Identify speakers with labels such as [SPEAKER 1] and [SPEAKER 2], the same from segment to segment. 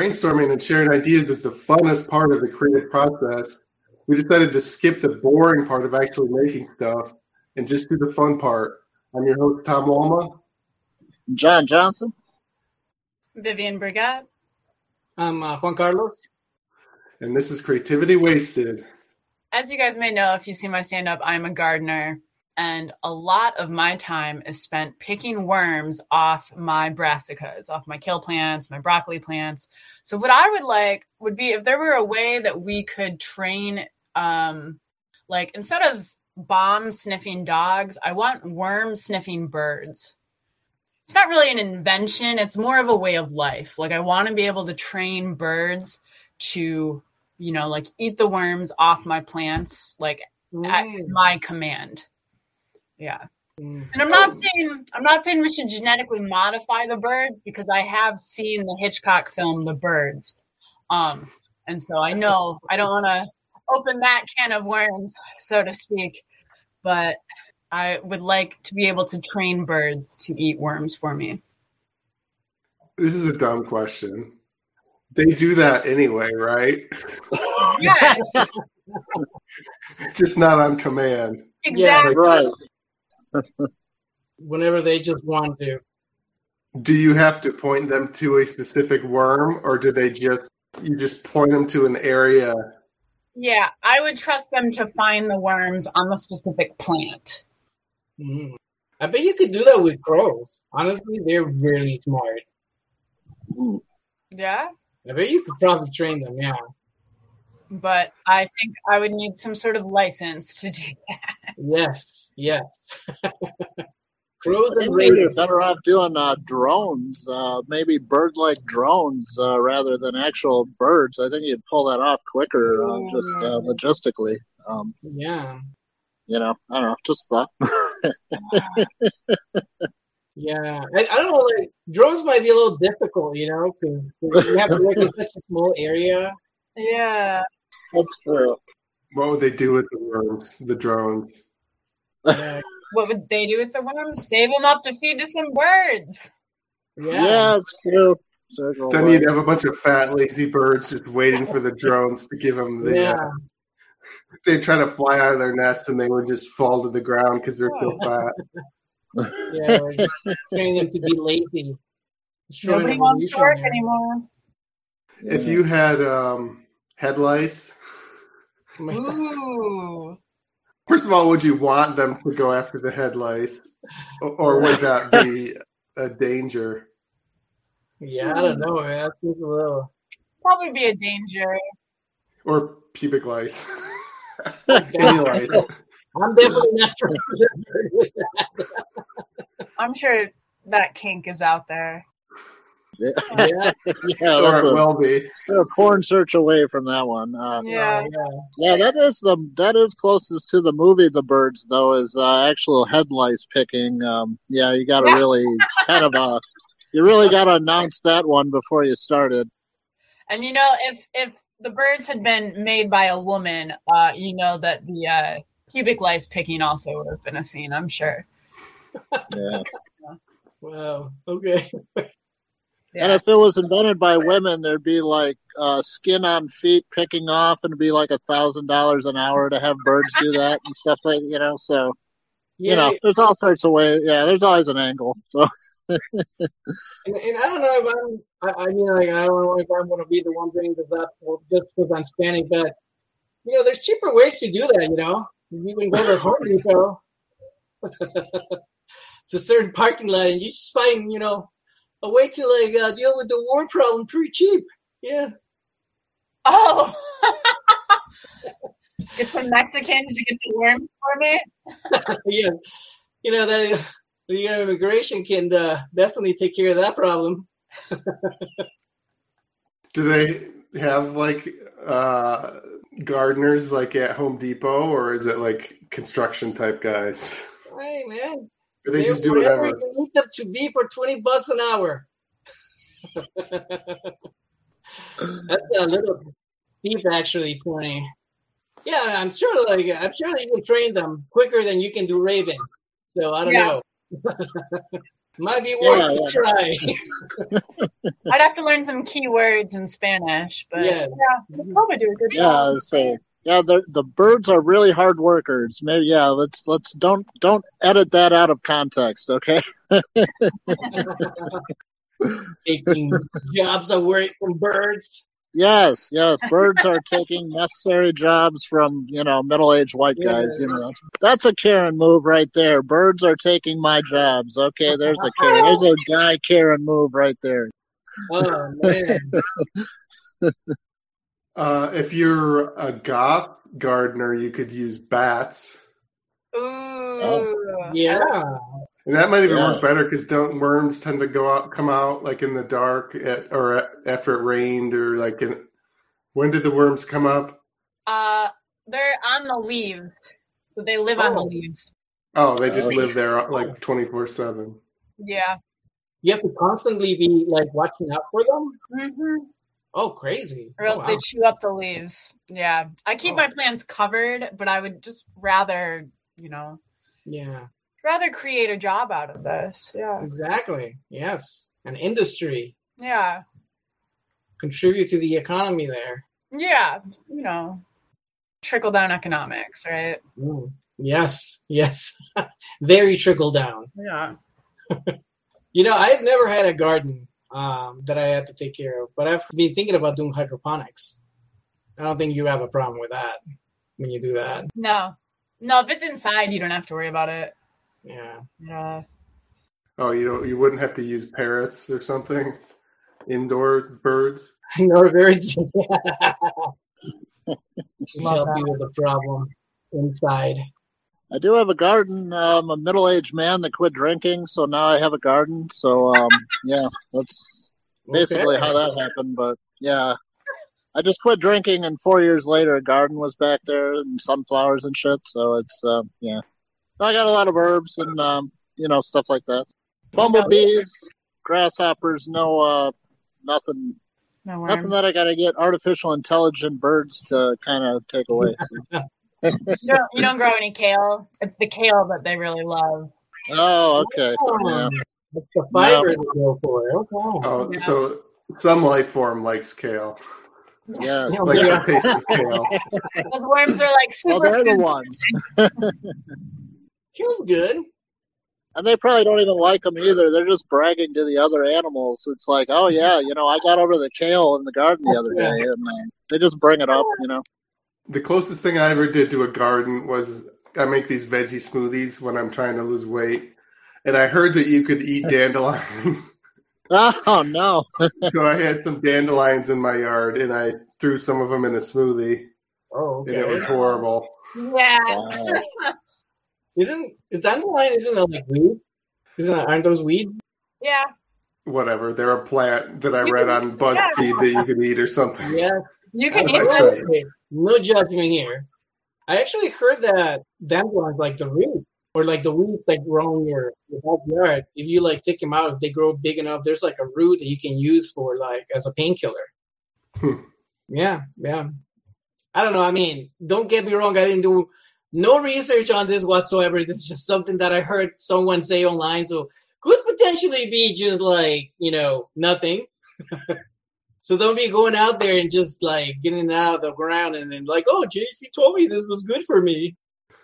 [SPEAKER 1] Brainstorming and sharing ideas is the funnest part of the creative process. We decided to skip the boring part of actually making stuff and just do the fun part. I'm your host, Tom Walma.
[SPEAKER 2] John Johnson.
[SPEAKER 3] Vivian Brigat.
[SPEAKER 4] I'm uh, Juan Carlos.
[SPEAKER 1] And this is Creativity Wasted.
[SPEAKER 3] As you guys may know, if you see my stand up, I'm a gardener. And a lot of my time is spent picking worms off my brassicas, off my kale plants, my broccoli plants. So, what I would like would be if there were a way that we could train, um, like, instead of bomb sniffing dogs, I want worm sniffing birds it's not really an invention it's more of a way of life like i want to be able to train birds to you know like eat the worms off my plants like at
[SPEAKER 4] Mm.
[SPEAKER 3] my command yeah
[SPEAKER 4] Mm.
[SPEAKER 3] and i'm not saying i'm not saying we should genetically modify the birds because i have seen the hitchcock film the birds um and so i know i don't want to open that can of worms so to speak but i would like to be able to train birds to eat worms for me
[SPEAKER 1] This is a dumb question. They do that anyway, right?
[SPEAKER 3] Yeah,
[SPEAKER 1] Just not on command.
[SPEAKER 3] exactly.
[SPEAKER 2] Right.
[SPEAKER 4] Whenever they just want to.
[SPEAKER 1] Do you have to point them to a specific worm or do they just you just point them to an area?
[SPEAKER 3] Yeah, I would trust them to find the worms on the specific plant.
[SPEAKER 4] Mhm. I bet you could do that with crows. Honestly, they're really smart.
[SPEAKER 2] Mm.
[SPEAKER 3] Yeah,
[SPEAKER 4] I bet you could probably train them. Yeah,
[SPEAKER 3] but I think I would need some sort of license to do that.
[SPEAKER 4] yes, yes. crows
[SPEAKER 2] I
[SPEAKER 4] and
[SPEAKER 2] think maybe you're
[SPEAKER 4] ravens.
[SPEAKER 2] better off doing uh, drones, uh, maybe bird-like drones uh, rather than actual birds. I think you'd pull that off quicker, uh, just uh, logistically. Um,
[SPEAKER 4] Yeah,
[SPEAKER 2] you know, I don't know, just thought.
[SPEAKER 4] yeah. I, I don't know. Like drones might be a little difficult, you know, because you have to work in such a small area.
[SPEAKER 3] Yeah,
[SPEAKER 2] That's true.
[SPEAKER 1] What would they do with the worms, the drones?
[SPEAKER 4] Yeah,
[SPEAKER 3] what would they do with the worms? Save them up to feed to some birds.
[SPEAKER 2] Yeah,
[SPEAKER 4] yeah.
[SPEAKER 2] it's true. Circle
[SPEAKER 1] Then
[SPEAKER 2] way.
[SPEAKER 1] you'd have a bunch of fat, lazy birds just waiting for the drones to give them the.
[SPEAKER 4] yeah.
[SPEAKER 1] Uh, they try to fly out of their nest and they would just fall to the ground because they're so fat.
[SPEAKER 4] yeah. or Train them to be lazy. Destroy
[SPEAKER 3] Nobody
[SPEAKER 4] an
[SPEAKER 3] wants to work
[SPEAKER 4] evolution.
[SPEAKER 3] anymore.
[SPEAKER 1] If you had um, head lice,
[SPEAKER 4] Oh my God.
[SPEAKER 3] Ooh,
[SPEAKER 1] first of all, would you want them to go after the head lice, or, or would that be a danger?
[SPEAKER 4] Yeah, I don't know, man. That seems a little.
[SPEAKER 3] probably be a danger.
[SPEAKER 1] Or pubic lice? Any lice?
[SPEAKER 4] I'm definitely not trying to
[SPEAKER 3] I'm sure that kink is out there.
[SPEAKER 2] yeah,
[SPEAKER 4] yeah,
[SPEAKER 2] yeah,
[SPEAKER 1] Or
[SPEAKER 2] that's
[SPEAKER 1] it
[SPEAKER 2] a,
[SPEAKER 1] will be.
[SPEAKER 2] a porn search away from that one. Uh,
[SPEAKER 3] Yeah,
[SPEAKER 2] Yeah, that is the that is closest to the movie The Birds though is uh, actual head lice picking. Um, yeah, you got to
[SPEAKER 3] Yeah.
[SPEAKER 2] really kind of uh, you really got to announce that one before you started.
[SPEAKER 3] and you know if if the birds had been made by a woman, uh, you know that the uh, pubic lice picking also would have been a scene. I'm sure.
[SPEAKER 2] Yeah.
[SPEAKER 4] Wow. Okay.
[SPEAKER 2] And if it was invented by women, there'd be like uh, skin on feet picking off, and it'd be like a thousand dollars an hour to have birds do that and stuff like you know. So you
[SPEAKER 4] Yeah,
[SPEAKER 2] know, there's all sorts of ways. Yeah, there's always an angle. So
[SPEAKER 4] and, and I don't know if I'm. I, I mean, like, I don't know if I'm going to be the one bringing this up or just because I'm Hispanic, but you know, there's cheaper ways to do that. You know, you can go to Home Depot to a certain parking lot, and you just find you know a way to like uh, deal with the war problem pretty cheap. Yeah.
[SPEAKER 3] Oh. Get some Mexicans to get the worm for me.
[SPEAKER 4] yeah, you know that the you know, immigration can uh, definitely take care of that problem.
[SPEAKER 1] Do they have like uh, gardeners like at Home Depot, or is it like construction type guys?
[SPEAKER 4] Hey man,
[SPEAKER 1] Or they
[SPEAKER 4] they're
[SPEAKER 1] just do
[SPEAKER 4] whatever
[SPEAKER 1] whatever.
[SPEAKER 4] you need them to be for twenty bucks an hour. That's a little steep, actually. Twenty. Yeah, I'm sure. Like I'm sure that you can train them quicker than you can do ravens. So I don't
[SPEAKER 3] Yeah.
[SPEAKER 4] know. Might be worth yeah, yeah.
[SPEAKER 3] a try. I'd have to learn some key words in Spanish, but yeah, Mm-hmm. yeah we'll probably do a good
[SPEAKER 2] yeah, job. Yeah, so yeah, the the birds are really hard workers. Maybe yeah, let's let's don't don't edit that out of context, okay?
[SPEAKER 4] taking jobs away from birds.
[SPEAKER 2] Yes, yes, birds are taking necessary jobs from you know middle-aged white guys. Yeah. You know that's, that's a Karen move right there. Birds are taking my jobs. Okay, there's a Karen, there's a guy Karen move right there.
[SPEAKER 4] Oh man.
[SPEAKER 1] Uh, if you're a goth gardener, you could use bats.
[SPEAKER 3] Ooh, oh.
[SPEAKER 4] yeah.
[SPEAKER 1] And that might even yeah. work better because don't worms tend to go out, come out like in the dark at, or at, after it rained or like in, when did the worms come up?
[SPEAKER 3] Uh, they're on the leaves, so they live oh. on the leaves.
[SPEAKER 1] Oh, they just oh, live yeah. there like twenty four seven.
[SPEAKER 3] Yeah,
[SPEAKER 4] you have to constantly be like watching out for them.
[SPEAKER 3] Mm-hmm.
[SPEAKER 4] Oh, crazy.
[SPEAKER 3] Or else oh, wow. they chew up the leaves. Yeah. I keep oh. my plants covered, but I would just rather, you know.
[SPEAKER 4] Yeah.
[SPEAKER 3] Rather create a job out of this. Yeah.
[SPEAKER 4] Exactly. Yes. An industry.
[SPEAKER 3] Yeah.
[SPEAKER 4] Contribute to the economy there.
[SPEAKER 3] Yeah. You know, trickle down economics, right?
[SPEAKER 4] Mm. Yes. Yes. Very trickle down.
[SPEAKER 3] Yeah.
[SPEAKER 4] you know, I've never had a garden um, that I had to take care of. But I've been thinking about doing hydroponics. I don't think you have a problem with that when you do that.
[SPEAKER 3] No, no. If it's inside, you don't have to worry about it.
[SPEAKER 4] Yeah.
[SPEAKER 3] Yeah.
[SPEAKER 1] Oh, you don't. You wouldn't have to use parrots or something. Indoor birds.
[SPEAKER 4] Indoor birds. yeah. Help you with the problem inside.
[SPEAKER 2] I do have a garden. I'm a middle-aged man that quit drinking, so now I have a garden. So um, yeah, that's basically okay. how that happened. But yeah, I just quit drinking, and four years later, a garden was back there and sunflowers and shit. So it's uh, yeah, I got a lot of herbs and um, you know stuff like that. Bumblebees, grasshoppers, no uh, nothing. No nothing that I got to get artificial intelligent birds to kind of take away. So.
[SPEAKER 3] you, don't, you don't grow any kale. It's the kale that they really love.
[SPEAKER 2] Oh, okay. Yeah.
[SPEAKER 4] It's the fiber no. go for. Okay.
[SPEAKER 1] Oh, yeah. so some life form likes kale.
[SPEAKER 2] Yeah,
[SPEAKER 1] like yeah. taste of kale.
[SPEAKER 3] Those worms are like
[SPEAKER 2] Well,
[SPEAKER 3] super.
[SPEAKER 2] they're the ones.
[SPEAKER 4] Kale's good.
[SPEAKER 2] And they probably don't even like them either. They're just bragging to the other animals. It's like, oh yeah, you know, I got over the kale in the garden the other day, and uh, they just bring it up, you know
[SPEAKER 1] the closest thing I ever did to a garden was I make these veggie smoothies when I'm trying to lose weight, and I heard that you could eat dandelions.
[SPEAKER 2] oh no!
[SPEAKER 1] so I had some dandelions in my yard, and I threw some of them in a smoothie.
[SPEAKER 4] Oh, okay.
[SPEAKER 1] and it was horrible.
[SPEAKER 3] Yeah. Wow.
[SPEAKER 4] isn't is dandelion isn't that like weed? Isn't that, aren't those weed?
[SPEAKER 3] Yeah.
[SPEAKER 1] Whatever. They're a plant that I read on BuzzFeed that you could eat or something.
[SPEAKER 4] Yeah.
[SPEAKER 3] You can eat
[SPEAKER 4] it. No judgment here. I actually heard that dandelions, like the root or like the roots like grow in your, your backyard, if you like take them out, if they grow big enough, there's like a root that you can use for like as a painkiller.
[SPEAKER 1] Hmm.
[SPEAKER 4] Yeah, yeah. I don't know. I mean, don't get me wrong. I didn't do no research on this whatsoever. This is just something that I heard someone say online. So could potentially be just like, you know, nothing. So don't be going out there and just like getting out of the ground and then like, oh, JC told me this was good for me.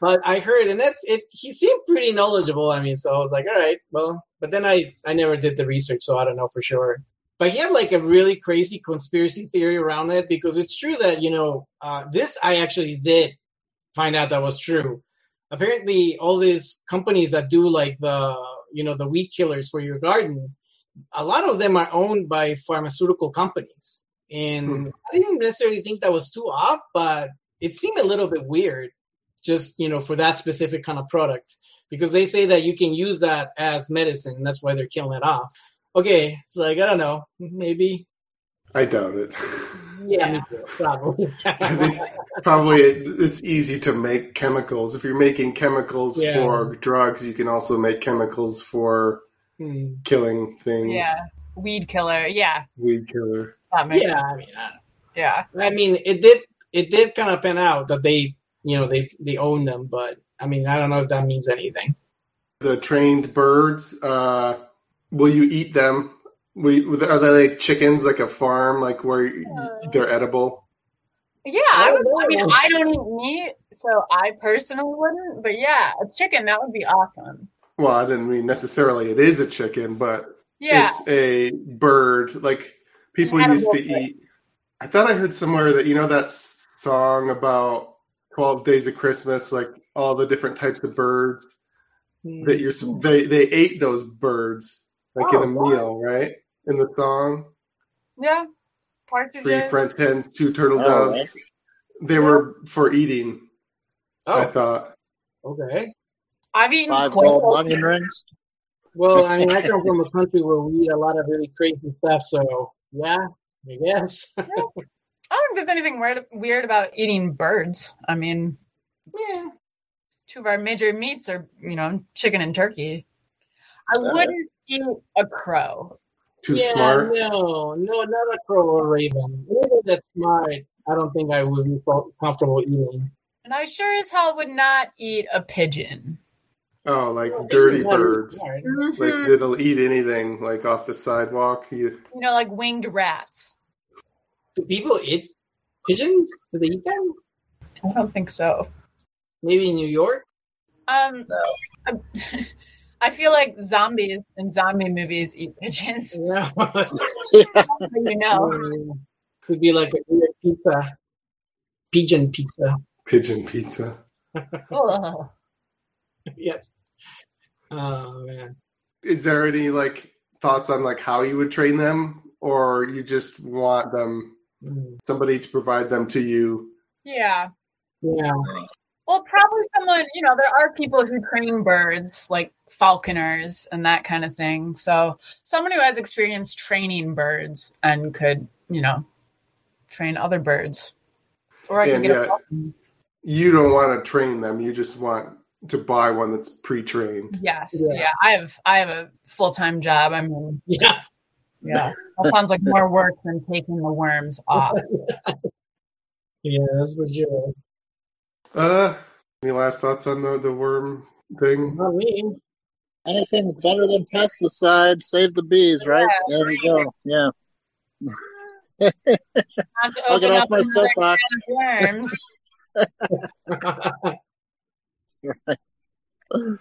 [SPEAKER 4] But I heard, and that's it. He seemed pretty knowledgeable. I mean, so I was like, all right, well. But then I I never did the research, so I don't know for sure. But he had like a really crazy conspiracy theory around it because it's true that you know uh, this I actually did find out that was true. Apparently, all these companies that do like the you know the weed killers for your garden, a lot of them are owned by pharmaceutical companies. And mm-hmm. I didn't necessarily think that was too off, but it seemed a little bit weird just, you know, for that specific kind of product because they say that you can use that as medicine. that's why they're killing it off. Okay. It's like, I don't know, maybe.
[SPEAKER 1] I doubt it.
[SPEAKER 4] Yeah, too, probably.
[SPEAKER 1] I think probably it's easy to make chemicals. If you're making chemicals yeah. for drugs, you can also make chemicals for Hmm. killing things.
[SPEAKER 3] Yeah, weed killer. Yeah,
[SPEAKER 1] weed killer.
[SPEAKER 4] yeah, I mean, I
[SPEAKER 3] yeah.
[SPEAKER 4] I mean, it did. It did kind of pan out that they, you know, they they own them, but I mean, I don't know if that means anything.
[SPEAKER 1] The trained birds uh, will you eat them? Will you, are they like chickens, like a farm, like where you- they're edible?
[SPEAKER 3] Yeah, I would. I mean, I don't eat meat, so I personally wouldn't. But yeah, a chicken that would be awesome.
[SPEAKER 1] Well, I didn't mean necessarily it is a chicken, but
[SPEAKER 3] Yeah,
[SPEAKER 1] it's a bird. Like people
[SPEAKER 3] An
[SPEAKER 1] used to
[SPEAKER 3] edible
[SPEAKER 1] eat. I thought I heard somewhere that you know that song about Twelve Days of Christmas, like all the different typs of birds
[SPEAKER 4] Hmm.
[SPEAKER 1] that you're s- they they ate those birds like in a
[SPEAKER 4] Oh, wow.
[SPEAKER 1] meal, right? In the song,
[SPEAKER 3] yeah,
[SPEAKER 1] three
[SPEAKER 3] partridges.
[SPEAKER 1] French hens, two turtle
[SPEAKER 2] Oh,
[SPEAKER 1] doves.
[SPEAKER 2] that's-
[SPEAKER 1] They were for eating. I
[SPEAKER 4] Oh,
[SPEAKER 1] thought.
[SPEAKER 4] okay.
[SPEAKER 3] I've eaten
[SPEAKER 2] Five
[SPEAKER 3] quail.
[SPEAKER 2] gold onion rings.
[SPEAKER 4] Well, I mean, I come from a country where we eat a lot of really crazy stuff, so yeah, I guess.
[SPEAKER 3] I don't think there's anything weird, weird about eating birds. I mean,
[SPEAKER 4] yeah.
[SPEAKER 3] two of our major meats are you know chicken and turkey. I
[SPEAKER 2] Yeah.
[SPEAKER 3] wouldn't eat a crow.
[SPEAKER 1] Too
[SPEAKER 4] yeah,
[SPEAKER 1] smart.
[SPEAKER 4] No, no, not a crow or raven. Anything that's smart, I don't think I would be co- comfortable eating.
[SPEAKER 3] And I sure as hell would not eat a pigeon.
[SPEAKER 1] Oh, like
[SPEAKER 4] Well, this
[SPEAKER 1] dirty
[SPEAKER 4] is not
[SPEAKER 1] birds.
[SPEAKER 4] smart.
[SPEAKER 3] Hmm.
[SPEAKER 1] Like that'll eat anything, like off the sidewalk. You,
[SPEAKER 3] You know, like winged rats.
[SPEAKER 4] Do people eat pigeons? Do they eat them?
[SPEAKER 3] I don't think so.
[SPEAKER 4] Maybe in New York?
[SPEAKER 3] Um,
[SPEAKER 2] No.
[SPEAKER 3] I- I feel like zombies in zombie movies eat pigeons.
[SPEAKER 4] Yeah.
[SPEAKER 3] you know,
[SPEAKER 4] Could be like a weird pizza, pigeon pizza.
[SPEAKER 1] pigeon pizza.
[SPEAKER 3] Ugh.
[SPEAKER 4] Yes. Oh man.
[SPEAKER 1] Is there any like thoughts on like how you would train them, or you just want them
[SPEAKER 4] Mm.
[SPEAKER 1] somebody to provide them to you?
[SPEAKER 3] yeah.
[SPEAKER 4] Yeah.
[SPEAKER 3] Well, probably someone. You know, there are people who train birds, like falconers and that kind of thing. So, someone who has experience training birds and could, you know, train other birds. Or I could
[SPEAKER 1] And
[SPEAKER 3] get a
[SPEAKER 1] yet-
[SPEAKER 3] falcon.
[SPEAKER 1] You don't want to train them. You just want to buy one that's pre-trained.
[SPEAKER 3] Yes.
[SPEAKER 4] Yeah.
[SPEAKER 3] Yeah. I have. I have a full time job. I mean,
[SPEAKER 4] Yeah.
[SPEAKER 3] yeah. That sounds like more work than taking the worms off.
[SPEAKER 4] Yeah, that's for sure.
[SPEAKER 1] Uh, any last thoughts on the the worm thing?
[SPEAKER 4] Not me.
[SPEAKER 2] Anything's better than pesticide. Save the bees, right?
[SPEAKER 3] Yeah,
[SPEAKER 2] there you go. Yeah.
[SPEAKER 3] Have to
[SPEAKER 2] I'll get
[SPEAKER 3] open
[SPEAKER 2] off
[SPEAKER 3] up
[SPEAKER 2] my
[SPEAKER 3] another
[SPEAKER 2] soapbox.
[SPEAKER 3] can of Worms.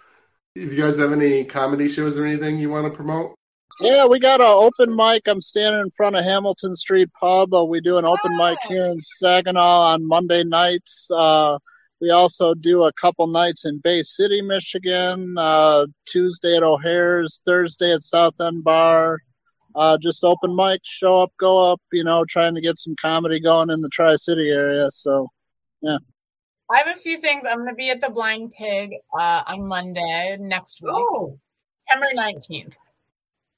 [SPEAKER 1] If you guys have any comedy shows or anything you want to promote,
[SPEAKER 2] Yeah, we got an open mic. I'm standing in front of Hamilton Street Pub. Uh, we do an open mic here in Saginaw on Monday nights. Uh, we also do a couple nights in Bay City, Michigan, uh, Tuesday at O'Hare's, Thursday at South End Bar. Uh, just open mic, show up, go up, you know, trying to get some comedy going in the Tri City area. So,
[SPEAKER 3] I have a few things. I'm going to be at the Blind Pig uh, on Monday next week,
[SPEAKER 4] oh.
[SPEAKER 3] September 19th.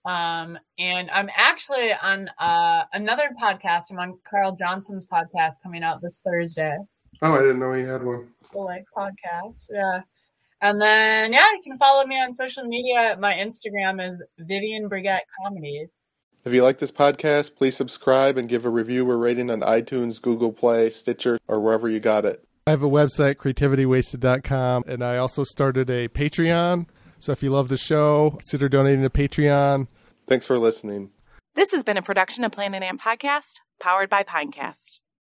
[SPEAKER 3] Um, and I'm actually on uh, another podcast. I'm on Carl Johnson's podcast coming out this Thursday.
[SPEAKER 1] oh, I didn't know he had one.
[SPEAKER 3] the like podcast. Yeah. And then yeah, you can follow me on social media. My Instagram is Vivian Brigette Comedy.
[SPEAKER 1] If you like this podcast, please subscribe and give a review or rating on iTunes, Google Play, Stitcher, or wherever you got it.
[SPEAKER 5] I have a website, creativitywasted.com, and I also started a Patreon. So if you love the show, consider donating to Patreon.
[SPEAKER 1] Thanks for listening.
[SPEAKER 6] This has been a production of Planet Amp Podcast, powered by Pinecast.